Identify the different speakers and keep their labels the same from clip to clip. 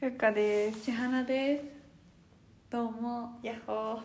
Speaker 1: ふっかです
Speaker 2: 千花ですどうも
Speaker 1: やっほ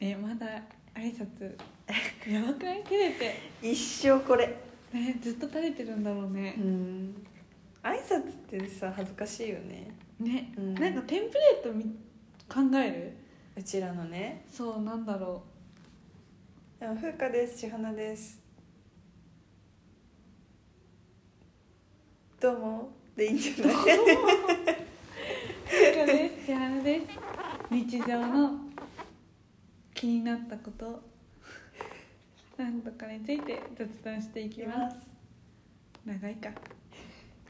Speaker 1: ー
Speaker 2: えまだ挨拶やばくない照れて
Speaker 1: 一生これ
Speaker 2: ねずっと垂れてるんだろうね
Speaker 1: ん挨拶ってさ恥ずかしいよね
Speaker 2: ね、
Speaker 1: うん
Speaker 2: なんかテンプレートみ考え
Speaker 1: うちらのね
Speaker 2: るそうなんだろ
Speaker 1: でもふっかです千花ですどうもでいいんじゃない
Speaker 2: うふっかです千花です日常の気になったことなんとかについて雑談してい
Speaker 1: いき
Speaker 2: きます
Speaker 1: ます
Speaker 2: 長いか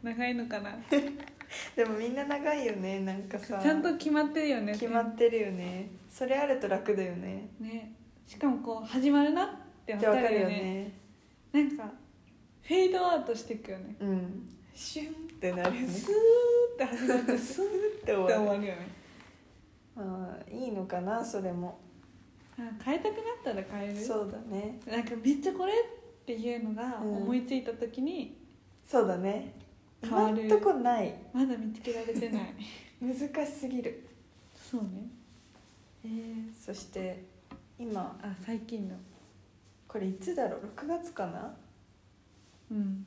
Speaker 2: 長いのかな
Speaker 1: でもみんな長いよねなんかさ
Speaker 2: ちゃんと決まってるよね
Speaker 1: 決まってるよねそれあると楽だよね
Speaker 2: ねしかもこう始まるなって
Speaker 1: っ
Speaker 2: 分
Speaker 1: てわ
Speaker 2: か
Speaker 1: か
Speaker 2: る
Speaker 1: る
Speaker 2: よ
Speaker 1: よ
Speaker 2: ね
Speaker 1: ね
Speaker 2: なんかフェードアウトしていくよね
Speaker 1: うんシュンってなるよね
Speaker 2: スーって始まってスーっ
Speaker 1: って
Speaker 2: て
Speaker 1: 終
Speaker 2: 終
Speaker 1: わ
Speaker 2: わ
Speaker 1: る
Speaker 2: るよね
Speaker 1: あーいいのかなそれも
Speaker 2: あ変えたくなったら変える
Speaker 1: そうだね
Speaker 2: なんかめっちゃこれっていうのが
Speaker 1: うん
Speaker 2: 思いついた時に
Speaker 1: そうだね
Speaker 2: 変わ
Speaker 1: 今
Speaker 2: る
Speaker 1: んとこない
Speaker 2: まだ見つけられてない
Speaker 1: 難しすぎる
Speaker 2: そうね
Speaker 1: えーそして今
Speaker 2: あ最近の
Speaker 1: これいつだろう6月かな
Speaker 2: うん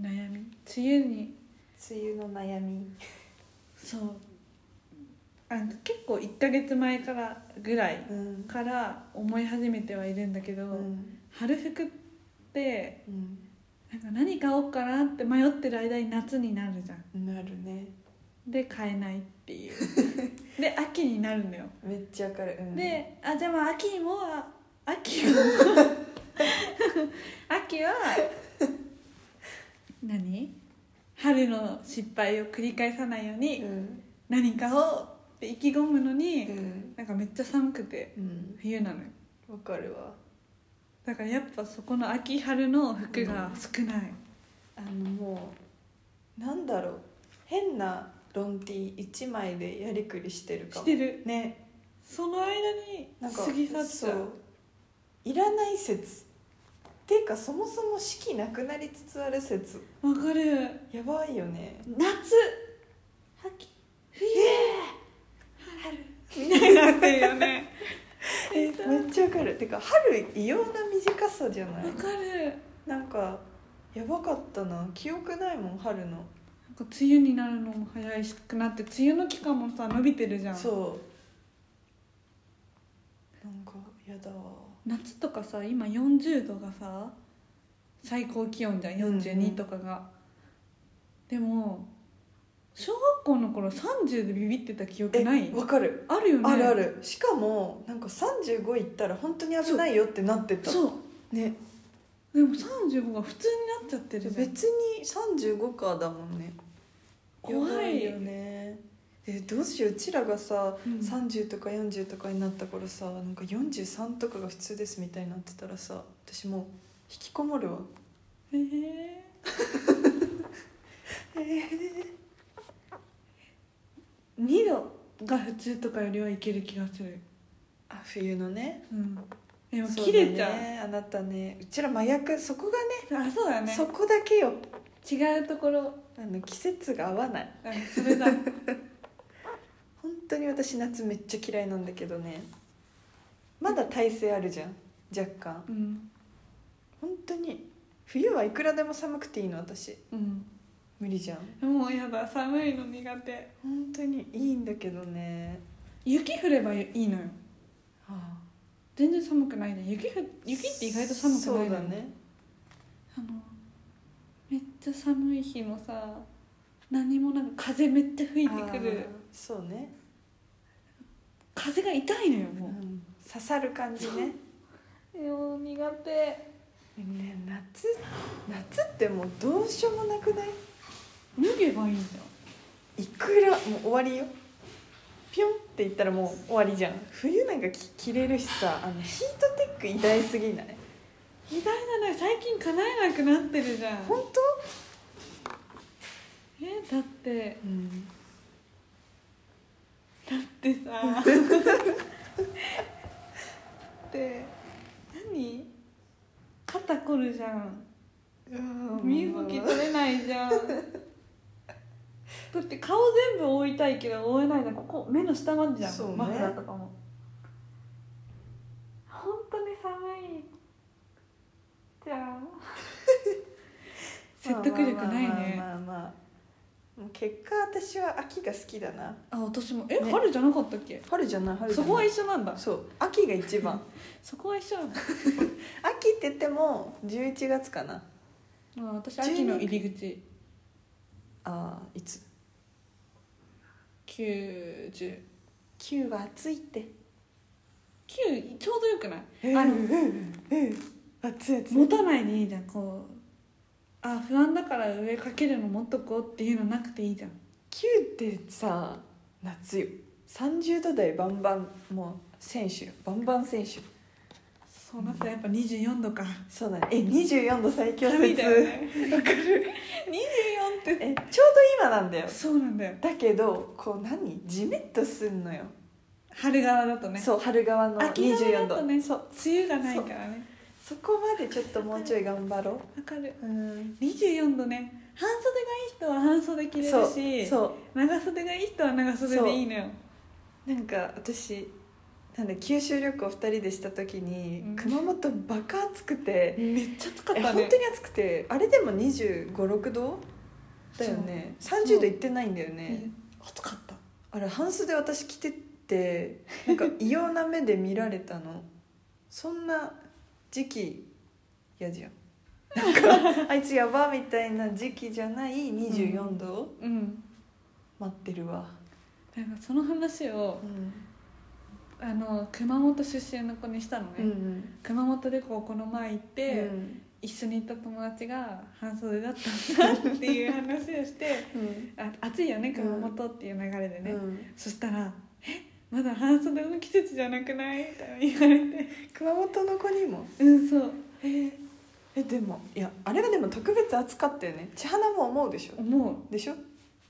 Speaker 2: 悩み梅雨に
Speaker 1: 梅雨の悩み
Speaker 2: そうあの結構1ヶ月前からぐらい
Speaker 1: うん
Speaker 2: から思い始めてはいるんだけど、
Speaker 1: うん
Speaker 2: 春服って
Speaker 1: うん
Speaker 2: なんか何買おうかなって迷ってる間に夏になるじゃん
Speaker 1: なるね
Speaker 2: で買えないっ ていうで秋になるのよ、
Speaker 1: めっちゃわかる、うん、
Speaker 2: であじゃあまあ秋にもあ 秋を秋は何春の失敗を繰り返さないよう
Speaker 1: う
Speaker 2: に
Speaker 1: ん
Speaker 2: 何買おうって意気込むのに、
Speaker 1: うん
Speaker 2: なんかめっちゃ寒くて
Speaker 1: うん
Speaker 2: 冬なのよ
Speaker 1: わかるわ
Speaker 2: だからやっぱそこの秋春の服が少ない、
Speaker 1: あのもうなんだろう変なロン T 一枚でやりくりしてるか
Speaker 2: し
Speaker 1: も
Speaker 2: てる
Speaker 1: ね
Speaker 2: その間に
Speaker 1: なんか
Speaker 2: 過ぎ去っち
Speaker 1: そ
Speaker 2: ゃう
Speaker 1: ういらない説っていうかそもそも四季なくなりつつある説
Speaker 2: わかる
Speaker 1: やばいよね
Speaker 2: 夏秋冬春みたいになってる よね
Speaker 1: えめっちゃわかるてか春異様な短さじゃな
Speaker 2: わ
Speaker 1: い
Speaker 2: かるなん
Speaker 1: なんかやばかったな記憶ないもん春の
Speaker 2: か梅雨になるのも早くなって梅雨の期間もさ伸びてるじゃん
Speaker 1: そうなんかやだわ
Speaker 2: 夏とかさ今40度がさ最高気温じゃん
Speaker 1: うんうん
Speaker 2: 42とかが、でも小学校の頃30でビビってた記憶ない
Speaker 1: わかる
Speaker 2: あるよね
Speaker 1: あるあるしかもなんか35いったら本当に危ないよってなってた
Speaker 2: そう
Speaker 1: ね
Speaker 2: でも35が普通になっちゃってるじゃん
Speaker 1: 別に35かだもんね
Speaker 2: 怖い
Speaker 1: やばよねえどうしよううちらがさ、
Speaker 2: うん
Speaker 1: 30とか40とかになった頃さなんか43とかが普通ですみたいになってたらさ私もう引きこもるわ
Speaker 2: へえ2度が普通とかよりはいける気がする
Speaker 1: あ冬のね
Speaker 2: うんでも
Speaker 1: そう
Speaker 2: 切れちゃう
Speaker 1: だねあなたねうちら真逆そこが
Speaker 2: あそうだ
Speaker 1: ね
Speaker 2: ね
Speaker 1: そこだけよ
Speaker 2: 違うところ
Speaker 1: あの季節が合わない
Speaker 2: あそれ だ
Speaker 1: 本当に私夏めっちゃ嫌いなんだけどねまだ耐性あるじゃん若干
Speaker 2: うん
Speaker 1: 本当に冬はいくらでも寒くていいの私
Speaker 2: うん
Speaker 1: 無理じゃん
Speaker 2: もうやだ寒いの苦手
Speaker 1: 本当にいいんだけどね、
Speaker 2: 雪降ればいいのよ
Speaker 1: はあ、
Speaker 2: 全然寒くないね雪ふ雪って意外と寒くない
Speaker 1: そう
Speaker 2: の
Speaker 1: だね
Speaker 2: あのめっちゃ寒い日のさ何もなんか風めっちゃ吹いてくる
Speaker 1: あーそうね、
Speaker 2: 風が痛いのよ
Speaker 1: う、
Speaker 2: もうん
Speaker 1: 刺さる感じね
Speaker 2: えもう苦手
Speaker 1: ね夏夏ってもうどうしようもなくない
Speaker 2: 脱げばいいんだ
Speaker 1: いくらもう終わりよピョンって言ったらもう終わりじゃん冬なんかき着れるしさあのヒートテック偉大すぎない
Speaker 2: 偉大だね最近叶えなくなってるじゃん
Speaker 1: 本
Speaker 2: えだって
Speaker 1: 当、うん、
Speaker 2: だってさ で何 肩凝るじゃん身動き取れないじゃんだって顔全部覆いたいけど覆えないのここ目の下までじゃん、
Speaker 1: そうね
Speaker 2: マフラーとかも本当に寒いじゃ ん説得力ない
Speaker 1: まあまあまあ
Speaker 2: ね
Speaker 1: まあまあ、もう結果私は秋が好きだな
Speaker 2: あ私もえ、
Speaker 1: ね
Speaker 2: 春じゃなかったっけ
Speaker 1: 春じゃない春じゃな
Speaker 2: そ
Speaker 1: い
Speaker 2: こは一緒なんだ
Speaker 1: そう秋が一 番
Speaker 2: そこは一緒なんだ
Speaker 1: 秋って言っても11月かな
Speaker 2: あ私
Speaker 1: 12
Speaker 2: 秋の入り口
Speaker 1: あーいつ
Speaker 2: 910
Speaker 1: 9は暑いって
Speaker 2: 9ちょうどよくない
Speaker 1: うん
Speaker 2: あの
Speaker 1: うんうん暑い暑い
Speaker 2: 持たないでいいじゃんこうあ不安だから上かけるの持っとこうっていうのなくていいじゃん
Speaker 1: 9ってさ夏よ30度台バンバンもう選手よバンバン選手
Speaker 2: そうなったらやっぱ24度か
Speaker 1: そうだねえ24度最強
Speaker 2: 神
Speaker 1: 説
Speaker 2: だよね
Speaker 1: わかる
Speaker 2: 24って
Speaker 1: えちょうど今なんだよ
Speaker 2: そうなんだよ
Speaker 1: だけどこう何ジメッとすんのよ、
Speaker 2: 春側だとね
Speaker 1: そう春側の
Speaker 2: 秋側
Speaker 1: 24
Speaker 2: だと
Speaker 1: 度、
Speaker 2: ね
Speaker 1: そう
Speaker 2: 梅雨がないからね
Speaker 1: そこまでちょっともうちょい頑張ろ
Speaker 2: わかる
Speaker 1: ううん
Speaker 2: 24度ね半袖がいい人は半袖着れ
Speaker 1: そ
Speaker 2: る
Speaker 1: う
Speaker 2: し
Speaker 1: そ
Speaker 2: 長袖がいい人は長袖でいいのよ
Speaker 1: うなんか私なんだ九州旅行2人でした時に、
Speaker 2: うん
Speaker 1: 熊本バカ暑くて、
Speaker 2: めっちゃ暑か
Speaker 1: え本当に暑くてあれでも2 5 6度だよね
Speaker 2: そう
Speaker 1: 30度いってないんだよね
Speaker 2: 暑かった
Speaker 1: あれ半袖私着てってなんか異様な目で見られたのそんな時期嫌じゃんなんかあいつやばみたいな時期じゃない24度を
Speaker 2: うん
Speaker 1: 待ってるわ、
Speaker 2: なんかその話を
Speaker 1: うん
Speaker 2: あの熊本出身の子にしたのね、
Speaker 1: うん
Speaker 2: 熊本旅行この前行って、
Speaker 1: うん
Speaker 2: 一緒に行った友達が半袖だったんだっていう話をして あ暑いよね熊本っていう流れで
Speaker 1: う
Speaker 2: ね、
Speaker 1: ん
Speaker 2: そしたら「えまだ半袖の季節じゃなくない?」みたいな言われて
Speaker 1: 熊本の子にも
Speaker 2: 「うんそう
Speaker 1: えーえでもいやあれはでも特別暑かったよね千花も思うでしょ
Speaker 2: 思う
Speaker 1: でしょ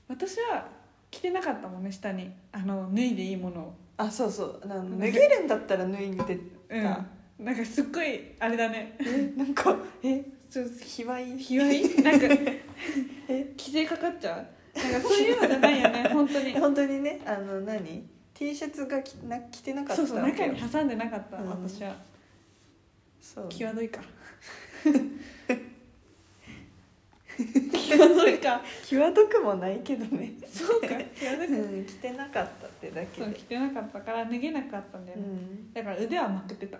Speaker 2: 私は着てなかったもんね下にあの脱いでいいものを
Speaker 1: あそうそうあの脱げるんだったら脱いで
Speaker 2: うん
Speaker 1: あ
Speaker 2: なんかすっごいあれだね
Speaker 1: えなんかえ
Speaker 2: ちょっと
Speaker 1: 卑猥
Speaker 2: 卑猥なんか
Speaker 1: え
Speaker 2: 規制かかっちゃうなんかそういうのじゃないよ ね本当に
Speaker 1: 本当にねあの何 T シャツが着な着てなかった
Speaker 2: そうそう
Speaker 1: わけ
Speaker 2: 中
Speaker 1: よ
Speaker 2: に挟んでなかった、
Speaker 1: うん
Speaker 2: 私は
Speaker 1: そう
Speaker 2: 際どいか際どいか
Speaker 1: 際どくもないけどね、
Speaker 2: そうか際ど
Speaker 1: う
Speaker 2: いか
Speaker 1: ん、着てなかったってだけ
Speaker 2: そう
Speaker 1: で
Speaker 2: 着てなかったから脱げなかったんだよ
Speaker 1: う
Speaker 2: ね、
Speaker 1: ん
Speaker 2: だから腕はまくってた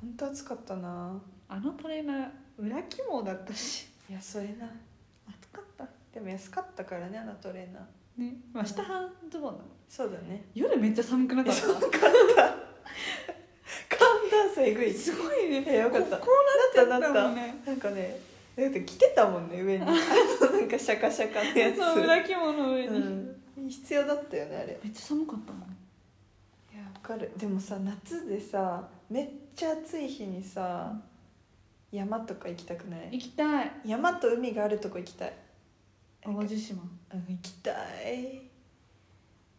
Speaker 1: 本当暑かったな
Speaker 2: あのトレーナー裏肝だったし
Speaker 1: いやそれな
Speaker 2: 暑かった
Speaker 1: でも安かったからねあのトレーナー
Speaker 2: ねまあ下半ズボンだもん
Speaker 1: そうだね
Speaker 2: 夜めっちゃ寒くなかった
Speaker 1: 寒暖差えぐい
Speaker 2: すご いね
Speaker 1: いやよかった
Speaker 2: ここうなっちゃったもんね
Speaker 1: なんかねだって着てたもんね 上にあのなんかシャカシャカのやつ
Speaker 2: そう裏肝の上に、
Speaker 1: うん、必要だったよねあれ
Speaker 2: めっちゃ寒かったもん
Speaker 1: いやわかるでもさ夏でさめっちゃ暑い日にさ山とか行きたくない
Speaker 2: 行きたい
Speaker 1: 山と海があるとこ行きたい
Speaker 2: 淡路島
Speaker 1: うん行きたい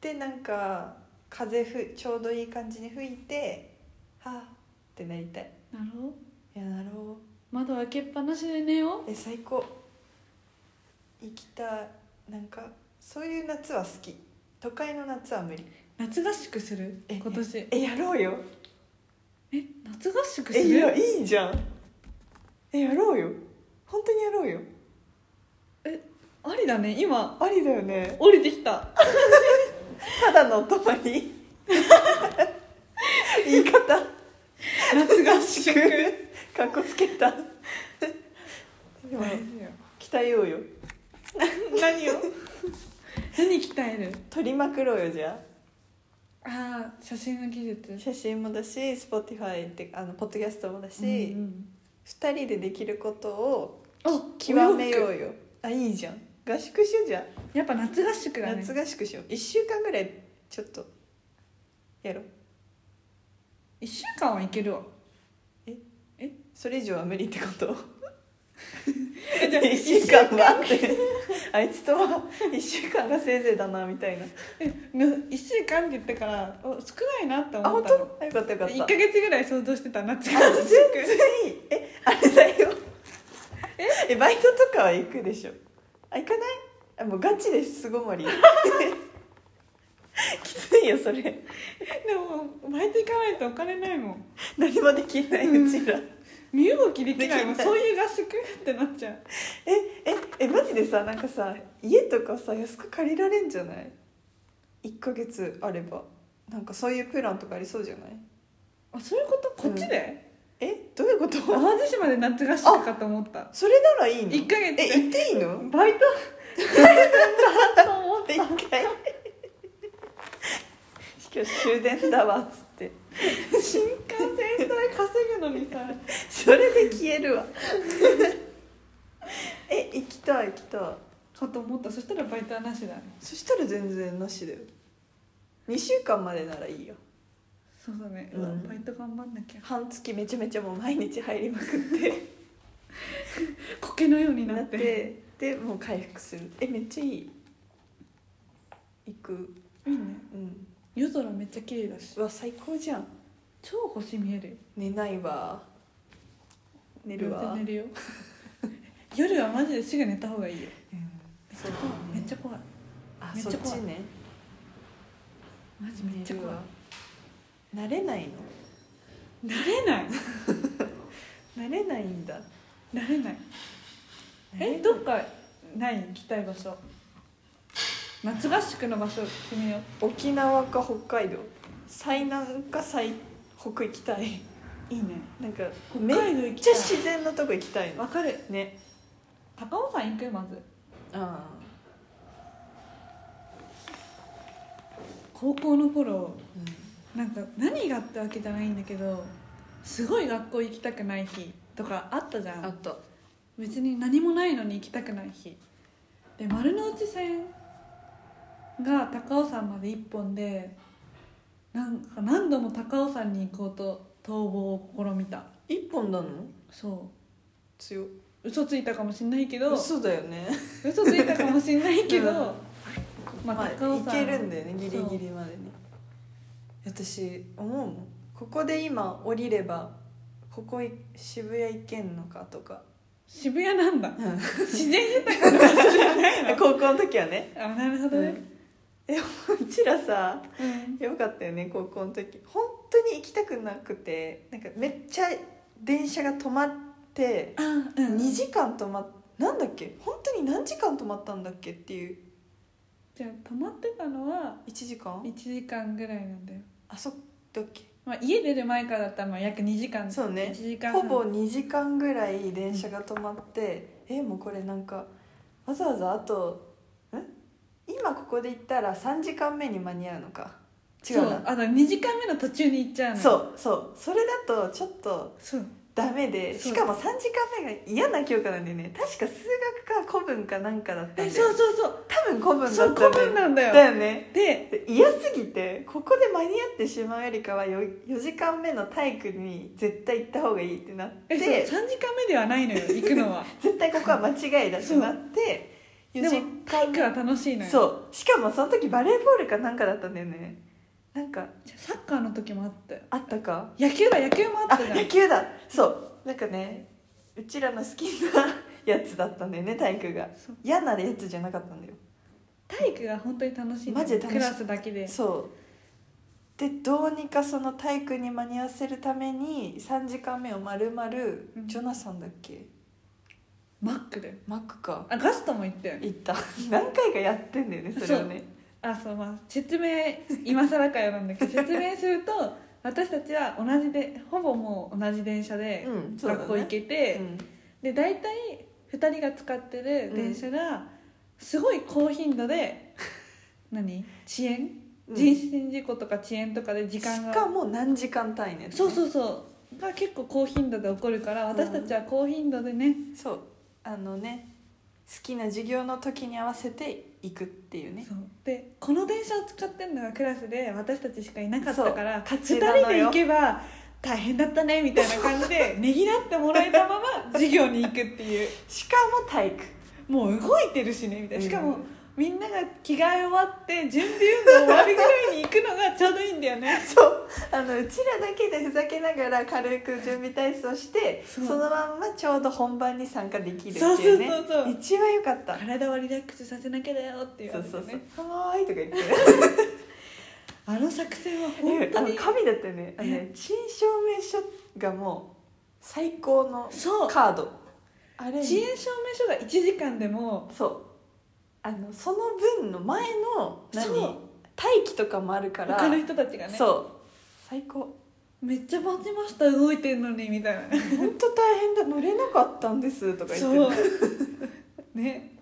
Speaker 1: でなんか風ふちょうどいい感じに吹いてはあってなりたい
Speaker 2: なるほど
Speaker 1: いやなろ
Speaker 2: 窓開けっぱなしで寝よう
Speaker 1: うえ最高行きたいなんかそういう夏は好き都会の夏は無理
Speaker 2: 夏合宿する
Speaker 1: え
Speaker 2: 今年
Speaker 1: えやろうよ
Speaker 2: え夏合宿す
Speaker 1: えいや
Speaker 2: る
Speaker 1: いいじゃんえやろうよ本当にやろうよ
Speaker 2: ありだね今
Speaker 1: ありだよね
Speaker 2: 降りてきた
Speaker 1: ただのお泊まり 言い方
Speaker 2: 夏合宿
Speaker 1: かっこつけたでも鍛えようよ
Speaker 2: 何を何鍛える
Speaker 1: 撮りまくろうよじゃ
Speaker 2: ああ写真の技術
Speaker 1: あ写真もだし Spotify ってあのポッドキャストもだし、
Speaker 2: うんうん
Speaker 1: 2人でできることを
Speaker 2: あ
Speaker 1: 極めよ
Speaker 2: お洋
Speaker 1: うよあいいじゃん合宿しようじゃん、
Speaker 2: 服やっぱ夏合宿だね
Speaker 1: 夏合宿しよう1週間ぐらいちょっとやろう
Speaker 2: 1週間はいけ るわ
Speaker 1: それ以上は無理ってこと
Speaker 2: えじゃあ
Speaker 1: 1週間はってあいつとは1週間がせいぜいだなみたいな
Speaker 2: 1週間って言ったからお少ないなって
Speaker 1: あ本
Speaker 2: 思ったの
Speaker 1: 当あよかったよかった
Speaker 2: 1か月ぐらい想像してた夏合
Speaker 1: あ全
Speaker 2: 宿
Speaker 1: 然いいえあれだよえバイトとかは行くでしょあ行かないあもうガチです巣ごもり きついよそれ
Speaker 2: でもバイト行かないとお金ないもん
Speaker 1: 何もできないうちら、
Speaker 2: 身動きできないもん
Speaker 1: できない
Speaker 2: そういう合宿ってなっちゃう
Speaker 1: えええマジでさなんかさ家とかさ安く借りられんじゃない1ヶ月あればなんかそういうプランとかありそうじゃない
Speaker 2: あそういうことこっちで、
Speaker 1: えどういうこと
Speaker 2: 淡路島で夏合宿かと思った
Speaker 1: それならいいの
Speaker 2: 1ヶ月
Speaker 1: え行っていいの
Speaker 2: バイトバイトだと思っ
Speaker 1: で一回今日終電だわっつって
Speaker 2: た新幹線代稼ぐのにさ
Speaker 1: それで消えるわ え行きたい行きたい
Speaker 2: かと思ったそしたらバイトはなしだね
Speaker 1: そしたら全然なしだよ2週間までならいいよ
Speaker 2: そうだね、
Speaker 1: うん
Speaker 2: うわバイト頑張んなきゃ
Speaker 1: 半月めちゃめちゃもう毎日入りまくって
Speaker 2: 苔のようにな
Speaker 1: な
Speaker 2: っ
Speaker 1: っててでもう回復するえめっちゃいい行く
Speaker 2: いいね
Speaker 1: うん
Speaker 2: 夜空めっちゃ綺麗だし
Speaker 1: うわ最高じゃん
Speaker 2: 超星見えるよ
Speaker 1: 寝ないわ寝るわ、
Speaker 2: 寝るよ夜はマジですぐ寝た方がいいよ
Speaker 1: そうだ
Speaker 2: めっ
Speaker 1: ね
Speaker 2: ちゃ怖い
Speaker 1: あ
Speaker 2: めっ
Speaker 1: そ
Speaker 2: ちゃ
Speaker 1: っ
Speaker 2: 怖
Speaker 1: ち
Speaker 2: い
Speaker 1: ね
Speaker 2: マジめっちゃ怖い
Speaker 1: 慣れないの
Speaker 2: 慣れない
Speaker 1: 慣れないんだ
Speaker 2: 慣れないえどっかない行きたい場所夏合宿の場所決めよう
Speaker 1: 沖縄か北海道最南か最北行きたい
Speaker 2: いいね
Speaker 1: なんかめ
Speaker 2: 北
Speaker 1: っ
Speaker 2: 海道行き
Speaker 1: ち
Speaker 2: た
Speaker 1: ゃ
Speaker 2: い
Speaker 1: 自然のとこ行きたいの
Speaker 2: わかる
Speaker 1: ね
Speaker 2: 高尾山行くまず
Speaker 1: あ
Speaker 2: 高校の頃
Speaker 1: あ、
Speaker 2: なんか何がってわけじゃないんだけどすごい学校行きたくない日とかあったじゃん
Speaker 1: と
Speaker 2: 別に何もないのに行きたくない日で丸の内線が高尾山まで一本でなんか何度も高尾山に行こうと逃亡を試みた
Speaker 1: 一本なの
Speaker 2: そ
Speaker 1: 強
Speaker 2: う嘘ついたかもしんないけど
Speaker 1: 嘘だよね
Speaker 2: 嘘ついたかもしんないけ ど、
Speaker 1: うん
Speaker 2: ま
Speaker 1: ま
Speaker 2: あ
Speaker 1: あ
Speaker 2: 高
Speaker 1: 行
Speaker 2: 尾山
Speaker 1: けるんだよねギリギリまでね私思うもんここで今降りればここい渋谷行けんのかとか、
Speaker 2: 渋谷なんだ
Speaker 1: うん、
Speaker 2: 自然豊かな場所じゃないの
Speaker 1: 高校の時は ね、
Speaker 2: あなるほ
Speaker 1: う
Speaker 2: どね、
Speaker 1: ん、えうちらさ
Speaker 2: うん
Speaker 1: よかったよね高校の時本当に行きたくなくてなんかめっちゃ電車が止まって
Speaker 2: あうん
Speaker 1: 2時間止まっなんだっけ本当に何時間止まったんだっけっていう
Speaker 2: じゃあ泊まってたのは
Speaker 1: 1時間
Speaker 2: 1時間ぐらいなんだよ、
Speaker 1: あそっだっけ
Speaker 2: まあ、家出る前からだったらまあ約2時間
Speaker 1: そうね
Speaker 2: 1時間
Speaker 1: ほぼ2時間ぐらい電車が止まって、えもうこれなんかわざわざあとん今ここで行ったら3時間目に間に合うのか違
Speaker 2: そうう
Speaker 1: な
Speaker 2: あと2時間目の途中に行っちゃうの
Speaker 1: そうそうそれだとちょっと
Speaker 2: そう
Speaker 1: ダメで
Speaker 2: そ
Speaker 1: し
Speaker 2: う
Speaker 1: かも3時間目が嫌な教科なんでね確か数学か古文かなんかだったん
Speaker 2: え
Speaker 1: で
Speaker 2: そうそうそう
Speaker 1: 多分古文だ
Speaker 2: そう
Speaker 1: った
Speaker 2: 古
Speaker 1: んだよ
Speaker 2: 文なんだよ
Speaker 1: だよねで
Speaker 2: で
Speaker 1: 嫌すぎてここで間に合ってしまうよりかは 4, 時間目の体育に絶対行った方がいいってなっ
Speaker 2: え
Speaker 1: て
Speaker 2: そう3
Speaker 1: 絶
Speaker 2: 時間目ではないのよ行く のは
Speaker 1: 対ここは間違いだってなって
Speaker 2: で
Speaker 1: 4時
Speaker 2: も体育は楽しいのよ
Speaker 1: そうしかもその時バレーボールかなんかだったんだよねなんか
Speaker 2: じゃあサッカーの時もあったよ
Speaker 1: あったか
Speaker 2: 野球だ野球もあ
Speaker 1: あ
Speaker 2: ったじゃん
Speaker 1: 野球だそうなんかねうちらの好きなやつだったんだよね体育が
Speaker 2: そう
Speaker 1: 嫌なやつじゃなかったんだよ
Speaker 2: 体育が本当に楽しいの
Speaker 1: マ
Speaker 2: よ
Speaker 1: ジで楽しい
Speaker 2: クラスだけで
Speaker 1: そうでどうにかその体育に間に合わせるために3時間目をまるまる
Speaker 2: うん
Speaker 1: ジョナサンだっけ
Speaker 2: マックだよ
Speaker 1: マックか
Speaker 2: あガストも行ったよね
Speaker 1: 行った 何回かやってんだよねそれをね
Speaker 2: あそうまあ説明今更かよなんだけど説明すると私たちは同じでほぼもう同じ電車で
Speaker 1: うんそうだね
Speaker 2: 学校行けて、
Speaker 1: うん
Speaker 2: で大体2人が使ってる電車がすごい高頻度で、何遅延、
Speaker 1: うん
Speaker 2: 人身事故とか遅延とかで時間
Speaker 1: しか
Speaker 2: が
Speaker 1: も何時間単位のやつね
Speaker 2: そうそうそうが結構高頻度で起こるから私たちは高頻度でね、
Speaker 1: そうあのね好きな授業の時に合わせて行くっていうね
Speaker 2: そうでこの電車を使ってるのがクラスで私たちしかいなかったから
Speaker 1: そう
Speaker 2: 2
Speaker 1: 勝
Speaker 2: 人
Speaker 1: ちなのよ
Speaker 2: で行けば大変だったねみたいな感 じでねぎらってもらえたまま授業に行くっていう
Speaker 1: しかも体育
Speaker 2: もう動いてるしねみたいなしかもみんなが着替え終わって準備運動終わりぐらいに行くのがちょうどいいんだよね
Speaker 1: そうあのうちらだけでふざけながら軽く準備体操して
Speaker 2: そ
Speaker 1: そうのまんまちょうど本番に参加できるって
Speaker 2: そう
Speaker 1: い
Speaker 2: そうう
Speaker 1: ね
Speaker 2: そうそう
Speaker 1: 一番良かった
Speaker 2: 体はリラックスさせなきゃだよっていう
Speaker 1: そ
Speaker 2: あれ
Speaker 1: う
Speaker 2: でね
Speaker 1: そうそう「はーい」とか言って
Speaker 2: あの作戦は本
Speaker 1: いや
Speaker 2: 当
Speaker 1: あの
Speaker 2: に
Speaker 1: 神だったよ ねあのね陳証明書がもう最高の
Speaker 2: そう
Speaker 1: カードあれ
Speaker 2: 遅延証明書が1時間でも
Speaker 1: そうあのその分の前の
Speaker 2: そ
Speaker 1: 何
Speaker 2: う
Speaker 1: 待機とかもあるから
Speaker 2: 他の人たちがね
Speaker 1: そう最高
Speaker 2: めっちゃバチました動いてんのにみたいな
Speaker 1: 本当大変だ乗れなかったんですとか言って
Speaker 2: そうね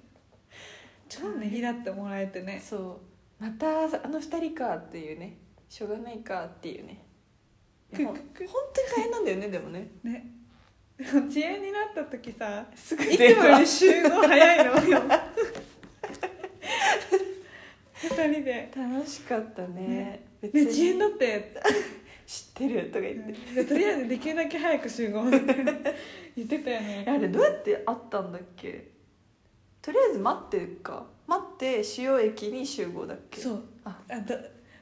Speaker 2: 超ねぎらってもらえてね
Speaker 1: そうまたあの二人かっていうねしょうがないかっていうね
Speaker 2: く
Speaker 1: もう
Speaker 2: くく
Speaker 1: 本当に大変なんだよねでもね
Speaker 2: ねでも遅延になった時さ
Speaker 1: すぐ
Speaker 2: いつもより集合早いのよ二人で
Speaker 1: 楽しかったね
Speaker 2: ね
Speaker 1: 別
Speaker 2: で遅延だって
Speaker 1: 知ってるとか言って、
Speaker 2: でとりあえずできるだけ早く集合言ってたよね
Speaker 1: あれどうやって会ったんだっけとりあえず待ってか待って主要駅に集合だっけ
Speaker 2: そう
Speaker 1: あ
Speaker 2: あだ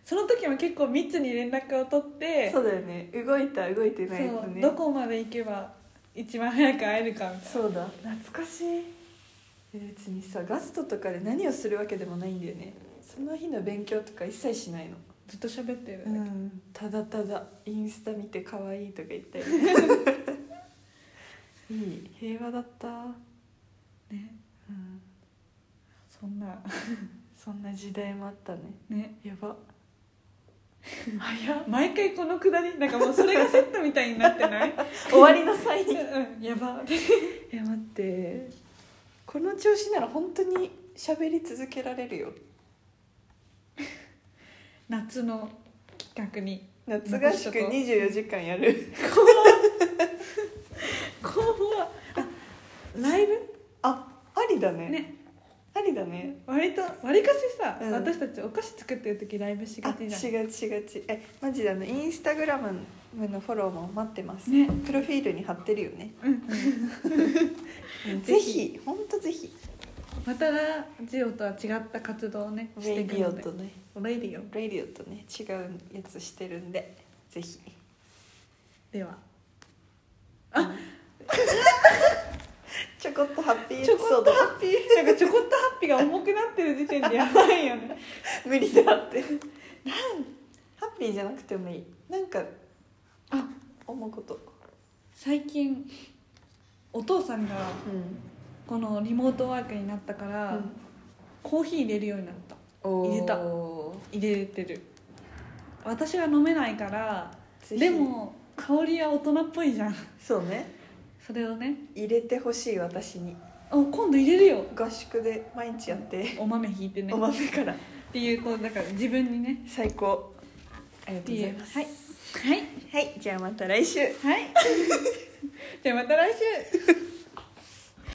Speaker 2: その時も結構密に連絡を取って
Speaker 1: そうだよね動いた動いてないと
Speaker 2: そう
Speaker 1: ね
Speaker 2: どこまで行けば一番早く会えるかみたい
Speaker 1: そうだ懐かしいえ別にさガストとかで何をするわけでもないんだよねその日の勉強とか一切しないの
Speaker 2: なずっと喋ってる、
Speaker 1: うんただただインスタ見て可愛いとか言 ったりいい平和だった、
Speaker 2: ね
Speaker 1: うん、
Speaker 2: そん な
Speaker 1: そんな時代もあったね
Speaker 2: ね
Speaker 1: や ば早っ
Speaker 2: 毎回このくだりなんかもうそれがセットみたいになってない
Speaker 1: 終わりの際にい
Speaker 2: うんやば
Speaker 1: や待ってこの調子なら本当に喋り続けられるよ
Speaker 2: 夏の企画に
Speaker 1: 夏合宿24時間やる
Speaker 2: 候補はあライブ
Speaker 1: あありだね
Speaker 2: ね
Speaker 1: ありだね
Speaker 2: 割と割かしさ、
Speaker 1: うん
Speaker 2: 私たちお菓子作ってる時ライブしが
Speaker 1: あ
Speaker 2: ちじゃ
Speaker 1: しがちしがちえマジであのインスタグラムのフォローも待ってます
Speaker 2: んね
Speaker 1: プロフィールに貼ってるよね
Speaker 2: うん
Speaker 1: ぜひ本当ぜひ
Speaker 2: またラジオとは違った活動をねして
Speaker 1: レ
Speaker 2: い
Speaker 1: デ
Speaker 2: く
Speaker 1: ィオ
Speaker 2: ので
Speaker 1: とね
Speaker 2: レディオ
Speaker 1: レディオとね違うやつしてるんでぜひ
Speaker 2: では
Speaker 1: あ ちょこっとハッピーエピ
Speaker 2: ち
Speaker 1: ソ
Speaker 2: ょ
Speaker 1: ー
Speaker 2: こ
Speaker 1: ド
Speaker 2: っとハッピーなんかちょこっとハッピーが重くなってる時点でやばいよね
Speaker 1: 無理だってなんハッピーじゃなくてもいいなんか
Speaker 2: あ
Speaker 1: 思うこと
Speaker 2: 最近お父さんが
Speaker 1: うん、
Speaker 2: このリモートワークになったから、コーヒー入れるようになった
Speaker 1: おー
Speaker 2: 入れた入れてる私は飲めないから
Speaker 1: ぜひ
Speaker 2: でも香りは大人っぽいじゃん
Speaker 1: そうね
Speaker 2: それをね
Speaker 1: 入れてほしい私に
Speaker 2: あ今度入れるよ
Speaker 1: 合宿で毎日やって
Speaker 2: お豆引いてね
Speaker 1: お豆から
Speaker 2: っていうこうだから自分にね
Speaker 1: 最高ありがとうございます
Speaker 2: はいはい
Speaker 1: はいじゃあまた来週
Speaker 2: はい。じゃあまた来週。